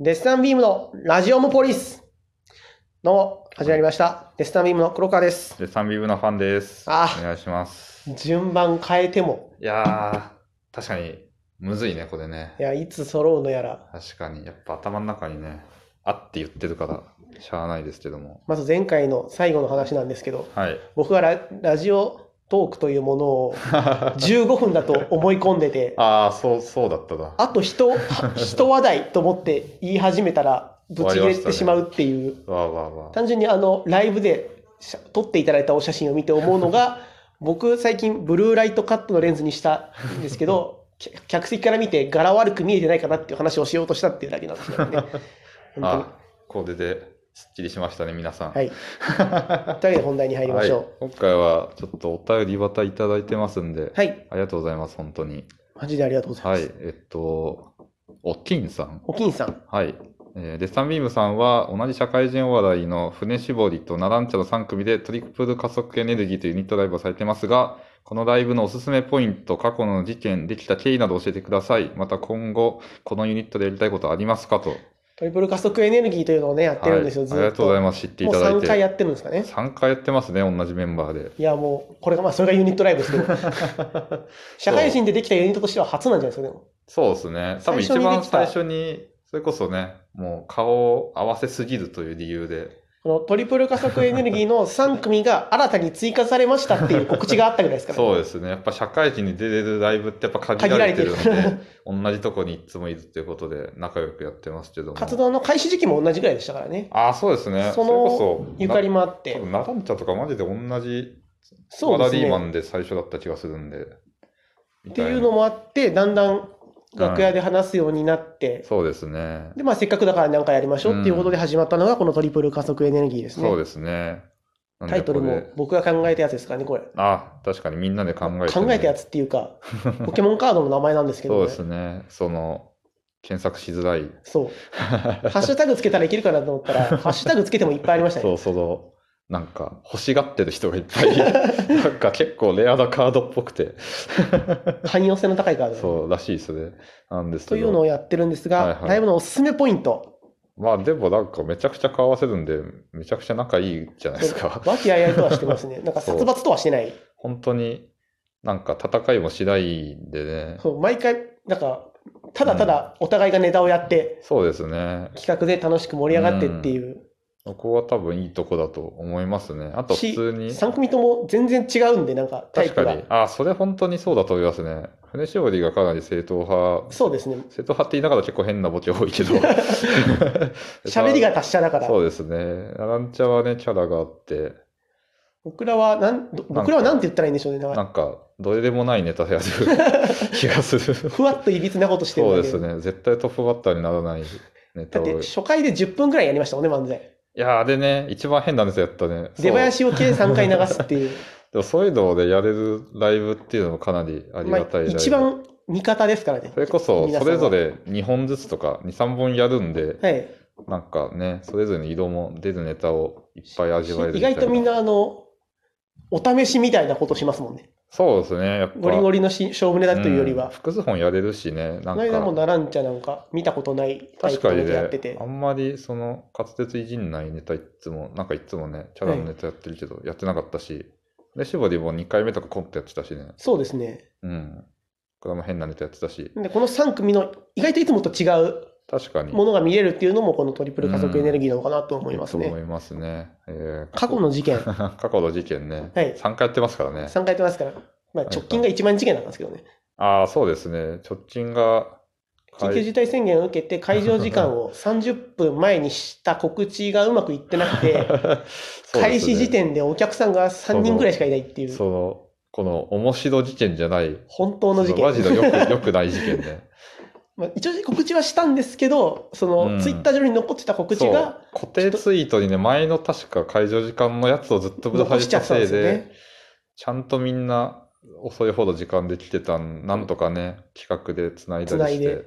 デスタンビームのラジオムポリス。どうも、始まりました。デスタンビームの黒川です。で、サンビブのファンです。おあ願いします。順番変えても、いやー、確かに、むずいね、これねい。や、いつ揃うのやら。確かに、やっぱ頭の中にね、あって言ってるから、しゃあないですけども。まず前回の最後の話なんですけど、はい。僕はララジオトークというものを15分だと思い込んでて、あー、そう、そうだったな。あと人、人話題と思って言い始めたら、ぶち切れてしまうっていう。わあわあわあ。単純にあのライブで写撮っていただいたお写真を見て思うの が僕最近ブルーライトカットのレンズにしたんですけど客客席から見て柄悪く見えてないかなっていう話をしようとしたっていうだけなんですけど ね。本あ、これで、すっきりしましたね、皆さん。当にはい。というわけで本題に入りましょはい今回は、ちょっとお便りまたいただいてますんでう。、はい、ありがとうございます、本当に。マジでありがとうございまはす。い、えっと、おきんさん。おきんさん、はい。えーデッサンビームさんは同じ社会人お笑いの船絞りとナランチャの3組でトリプル加速エネルギーというユニットライブをされてますが、このライブのおすすめポイント、過去の事件、できた経緯など教えてください。また今後、このユニットでやりたいことありますかと。トリプル加速エネルギーというのをね、やってるんですよ、はいずありっがとうございと。ます。知っていもうただい3て。回やってるんですかね。 3回やってますね、同じメンバーで。いや、もう、これが、まあ、それがユニットライブですけど、 社会人でできたユニットとしては初なんじゃないですか、でも。そうですね。多分一最初にで番きた最初に、それこそね、もう顔を合わせすぎるという理由で。このトリプル加速エネルギーの3組が新たに追加されましたっていう告知があったぐらいですから、そうですね。やっぱ社会人に出れるライブってやっぱ限られてるの限られで、同じとこにいつもいるっていうことで仲良くやってますけども。活動の開始時期も同じぐらいでしたからね、ああ、そうですね。そそのれこそ、ゆかりももあっ多て、分ナダンチャとかマジで同じそバうでラすリーマね。ンで最初だった気がするんで。っっていうのもあって、だんだん楽屋で話すようになって、そうですね。でまあ、せっかくだから何かやりましょうっていうことで始まったのが、このトリプル加速エネルギーですね。そうですね。なんでタイトルこもれ僕が考えたやつですからね、これ。あ、確かにみんなで考えて、考えたやつ。つっていう か、ポケモンカードの名前なんですけそどうね、ですね。その、検索しづらい。 そう。ハッシュタグつけたらいけるかなと思ったら、ハッシュタグつけてもいっぱいありましたねそ。う、その、なんか、欲しがってる人がいっぱ い、なんか結構レアなカードっぽくて。汎用性の高いカード。そうらしいですね。なんですけとどいうのをやってるんですが、はいはいライブのおすすめポイント、まあでもなんかめちゃくちゃ顔合わせるんで、めちゃくちゃ仲いいじゃないですか。和気あいあいとはしてます ね、なんか殺伐とはしてない、本当になんか戦いもしないんでね。そう毎回、なんか、ただただお互いがネタをやって、そうですね。企画で楽しく盛り上がってっていう、ここは多分いいとこだと思いますね。あと普し通に。 3組とも全然違うんで、なんかタイ確プかがに。。あ、それ本当にそうだと思いますね。船絞りがかなり正統派。そうですね、正統派って言いながら結構変なボケ多いけど。 喋りが達者だから、そうですね。ランチャはね、キャラがあって。僕らはなん、ど僕らはなんて言ったらいいんでしょうね、なんなかんか、どれでもないネタやる気がする。ふわっといびつなことしてるんそうだでけすど、ね。絶対トップバッターにならないネタだっを。てい初回で10分ぐらいやりましたもんね、漫才。やー、でね、一番変なネタやったね。そう出囃子を計3回流すっていう、でもそういうのをね、やれるライブっていうのもかなり ありまがあたいライブ。一番味方ですからねそ。れこそ、皆様それぞれ2本ずつとか、2、3本やるんで、はいなんかね、それぞれの色も出るネタをいっぱい味わえる意外とみん。なあのお試しみたいなことしますもんねそうですね、やっぱ。ゴリゴリのし勝負ネタというよりうんは、複数本やれるしね、なこんの間もか、ナランチャなんか見たことないタイプ確かのにネタやってねて、あんまりその滑舌いじんないネタいっつも、なんかいっつもね、キャラのネタやってるけど、やってなかったし、で、絞りも2回目とかコントやってたしね、そうですねうん。これも変なネタやってたし、でこの3組の意外といつもと違う確かに。ものが見れるっていうのもこのトリプル加速エネルギーなのかなと思いますいいと思ねいますね。えー過去の事件過去の 事件ね、はい3回やってますからね。 3回やってますから、まあ、直近が一番事件なんですけどねああ、そうですね。直近が、緊急事態宣言を受けて会場時間 を30分前にした告知がうまくいってな く て開始時点点でお客さんが3人ぐらいしかいないっていうその、この面白事件じゃない、本当の事件マジのよくよくない事件ね。まあ、一応告知はしたんですけど、その、うんツイッター上に残ってた告知がそう固定ツイートにね、前の確か会場時間のやつをずっとぶら下残げしちゃたったんせでいすよで、ね。ちゃんとみんな遅いほど時間できてたん、なんとかね、企画でつないだり繋いしでて、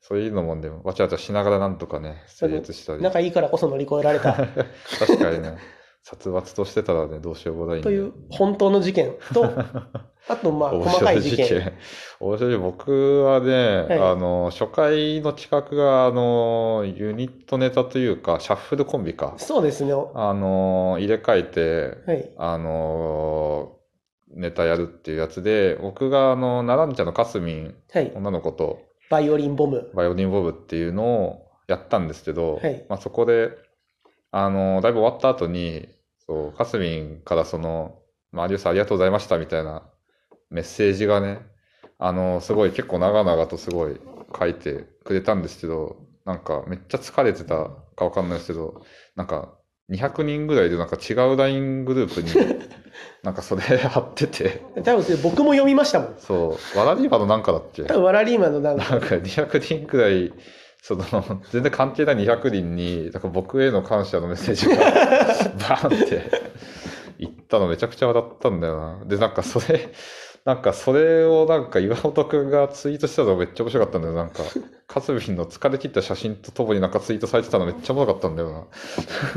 そういうのもね、わちゃわちゃしながらなんとかね、成立したり。仲いいからこそ乗り越えられた。確かにね。殺伐としてたらね、どうしようもないんで。という本当の事件 と、あとまあ細かい事件。。面白い。僕はね、はいあの、初回の企画が、あの、ユニットネタというか、シャッフルコンビか。そうですね。はあの、入れ替えて、い。あの、ネタやるっていうやつで、僕が、あの、ナランちゃんのカスミン、はい。女の子と、バイオリンボム。バイオリンボブっていうのをやったんですけど、はいまあ、そこで、あの、だいぶ終わった後に、そう、かすみんからその、まあ、有吉さんありがとうございましたみたいなメッセージがね、あの、すごい結構長々とすごい書いてくれたんですけど、なんかめっちゃ疲れてたかわかんないですけど、なんか200人ぐらいでなんか違う LINE グループ に、なんかそれ貼ってて、多分それ僕も読みましたもん。そう、わらびばのなんかだっけ多分ワラリーマンのなんか、なんか200人くらい、その、全然関係ない200人に、なんか僕への感謝のメッセー ジがバーンって言ったのめちゃくちゃ笑ったんだよな。で、なんかそれ、なんかそれをなんか岩本くんがツイートしてたのめっちゃ面白かったんだよ。なんか、カズビンの疲れ切った写真とともになんかツイートされてたのめっちゃ面白かったんだよな。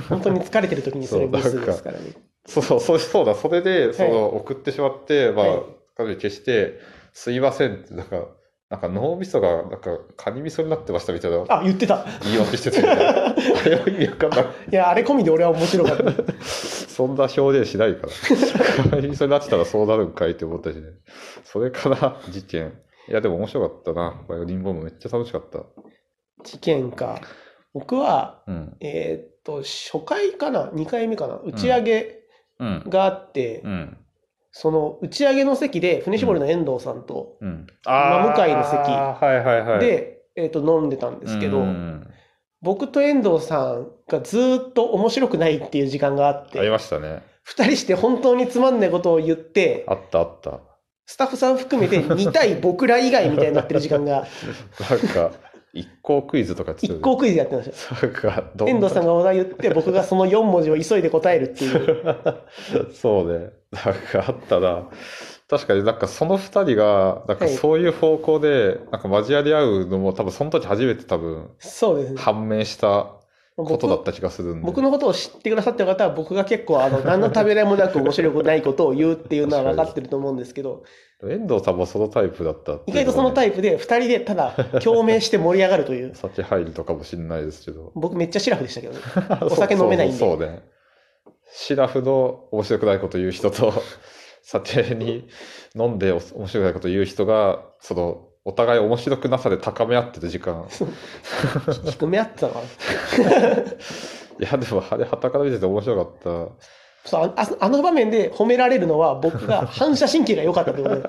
本当に疲れてる時 にそれミスですからね。そうそう、そうそうだ、それで、その、送ってしまって、まあはい、彼女消して、すいませんって、なんか、なんか脳みそが、なんか、カニ味噌になってましたみたいなあ、言ってた。言い訳してたみたいな。あれは意味わかんない。いや、あれ込みで俺は面白かった。 そんな表現しないから。カニ味噌になってたらそうなるんかいって思ったしね。それから、事件。いや、でも面白かったな。バイオリンボムめっちゃ楽しかった。事件か。僕は、うん。えーっと、初回かな ?2 回目かな打ち上げうん。があって、うん。その打ち上げの席で、船絞りの遠藤さんと、うん。真向かいの席あーはいはいはい。で、えーっと、飲んでたんですけど、うん僕と遠藤さんがずーっと面白くないっていう時間があっありて、ましたね。二人して本当につまんないことを言って、あったあった。スタッフさん含めて2対僕ら以外みたいになってる時間 が、なんか、一行クイズとかやってたよ一ね個クイズやってました。なんか、ど遠藤さんがお題言って、僕がその4文字を急いで答えるって いう。そうね。なんかあったな。確かになんかその二人が、なんはかいそういう方向で、なんか交わり合うのも多分その時初めて多分そうですね。判明したこ僕とだった気がするんで。僕のことを知ってくださってる方は、僕が結構、あの、何のためらいもなく面白くないことを言うっていうのは分かってると思うんですけど、遠藤さんもそのタイプだったって意いう外とそのタイイプで、2人でただ共鳴して盛り上がるという。プ。。酒入るとかもしんないですけど僕めっちゃシラフでしたけどね。 お酒飲めないんでそうそうそうね。シラフの面白くないこと言う人と、酒に飲んでお面白くないこと言う人が、その、お互い面白くなさで高め合ってる時間。低め合ってたのかな。いや、でも、あれ、はたから見てて面白かった。そうあああの場面で褒められるのは、僕が反射神経が良かったってことで。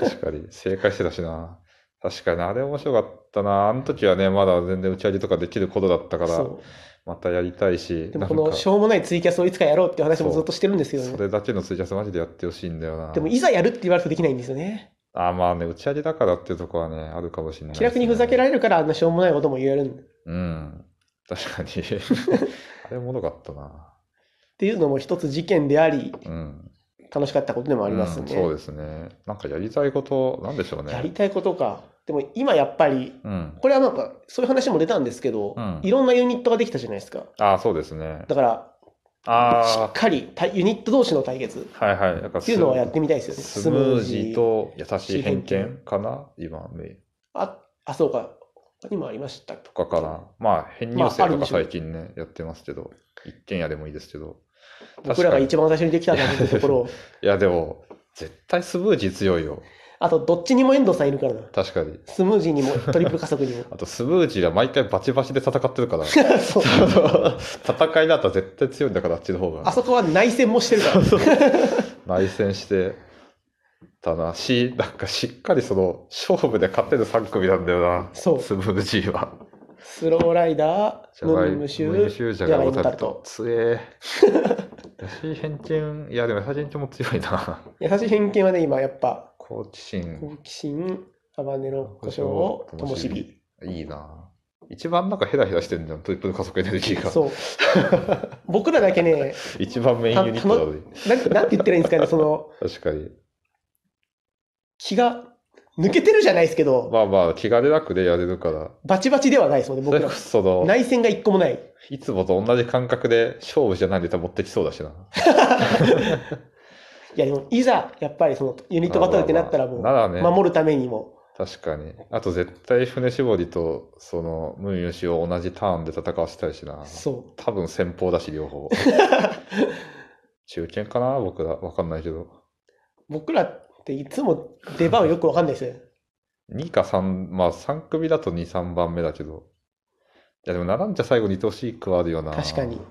確かに、 正解してたしな。確かに、あれ面白かったな。あの時はね、まだ全然打ち上げとかできることだったから、そまたやりたいしう。、でもなんこかのしょうもないツイキャスをいつかやろうっていう話もずっとしてるんですけどそね。れだけのツイキャスマジでやってほしいんだよな。でもいざやるって言われるとできないんですよね。あ、まあね、打ち上げだからっていうとこはね、あるかもしれない、気楽にふざけられれるからあんなしょうもないことも言えるんっうん。確 かに。あれ、おもろかったな。ていうのも一つ事件であり、うん。楽しかったことでもありますうんね。そうですね。なんかやりたいこと、なんでしょうね。やりたいことか。でも今やっぱり、うん。これはなんかそういう話も出たんですけど、うんいろんなユニットができたじゃないですか。あそうですね。だから、しあっかり対ユニット同士の対決あ、はいはい。なんかっていうのはやってみたいですよね。スムージーと優しい偏見かな今、目あ、あ、そうか。他にもありましたととかかな。まあ、編入まああ生るとんでかしょう最近ね、やってますけど、一軒家でもいいですけど。僕らが確か一番最初にできたんだというとこ ろを、にいや、でも、絶対スムージー強いよ。あとどっちにも遠藤さんいるからな。確かに。スムージーに 。もトリプル加速にもあと、スムージーは毎回バチバチで戦ってる から、そうあの戦いだったら絶対強いんだから、あっちの方あが。そこは内戦もしてるから。内戦してたなし、なんかしっかりその、勝負で勝てる3組なんだよな。そうスムージーは。スローライダー、ムニムシュシー、ュじジゃャがガいイモもタタルルトト。。つえー。優しい偏見、いやでも優しい偏見も強いな。優しい偏見はね、今やっぱ、好奇心、好奇心、ハバネロ、胡椒、ともしび。いいな。一番なんかヘラヘラしてるじゃん、トリプル加速エネルギーが。そう。僕らだけね、一番メインユニットなのに。なんなんて言ってるんですかね、その、確かに。気が抜けてるじゃないですけど、まあまあ、気兼ねなくでやれるから。バチバチではないですもんね、そ僕れらこ。そ、その、内戦が一個もない。いつもと同じ感覚で勝負じゃないネタ持ってきそうだしな。いや、でも、いざ、やっぱりその、ユニットバトルってなったらもう、ならね、守るためにも、確かに。あと絶対船絞りと、その、ムンヨシを同じターンで戦わせたいしな。そ多分先方だし、両方。中堅かな僕ら。わかんないけど。う。僕らっていつも出番よくわかんないですね。 2か3、まあ3組だと2、3番目だけど。いやでも、ナランチャ最後に愛しいくはあるよな。確かに。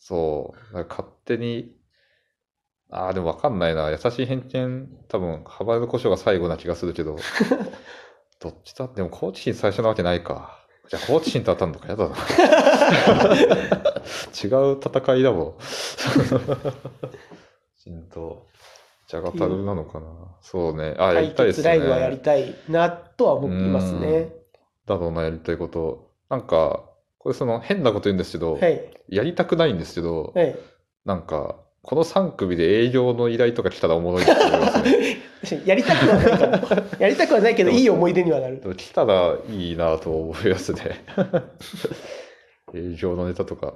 そう。なんか勝手に、ああ、でもわかんないな。優しい偏見、多分、ハバネの胡椒が最後な気がするけ ど。どっちだでも、コーチ心最初なわけないか。じゃあ、コーチ心と当たるのか、やだな。違う戦い だもん。神道。じゃがたるなのかな。そうね。あ、やり対たいです決ね。ライブはやりたいなとは思いますね。だろうな、やりたいこと。なんか、これその変なこと言うんですけど、はい。やりたくないんですけど、はい。なんか、この3組で営業の依頼とか来たらおもろいと思いますね。 やりたくはないから。やりたくはないけど、いい思い出にはなるで。も来たらいいなと思いますね。 営業のネタとか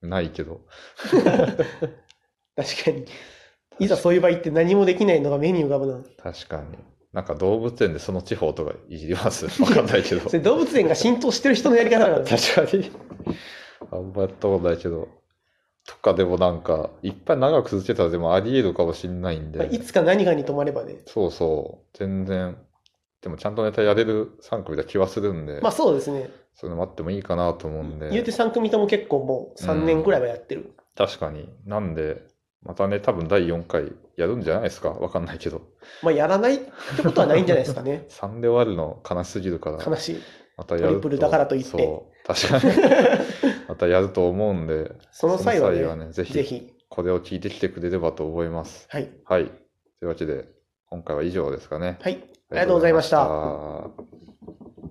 ないけど。確かに。いざそういう場合って何もできないのがメニュー浮かぶな。確かに。なんか動物園でその地方とかいじります。 わかんないけど。そ確れ動物園が浸透してる人のやり方なの。かに。あんまやったことないけど。とかでもなんか、いっぱい長く続けたらでもあり得るかもしんないんまあで。いつか何かに止まればね。そうそう。全然。でもちゃんとネタやれる3組だ気はするんで。まあそうですね。そういうのもあってもいいかなと思うんで。言うて3組とも結構もう3年ぐらいはやってる。確かに。なんで、またね、多分第4回やるんじゃないですかわかんないけど。。まあやらないってことはないんじゃないですか ね3で終わるの悲しすぎるから、悲しい。 またやると。トリプルだからといってそう。確かに。またやると思うんで、その際はね、ぜぜひ、ひ。これを聞いてきてくれればと思います。はい。はい。というわけで、今回は以上ですかね。はい。ありがとうございました。ありがとうございました。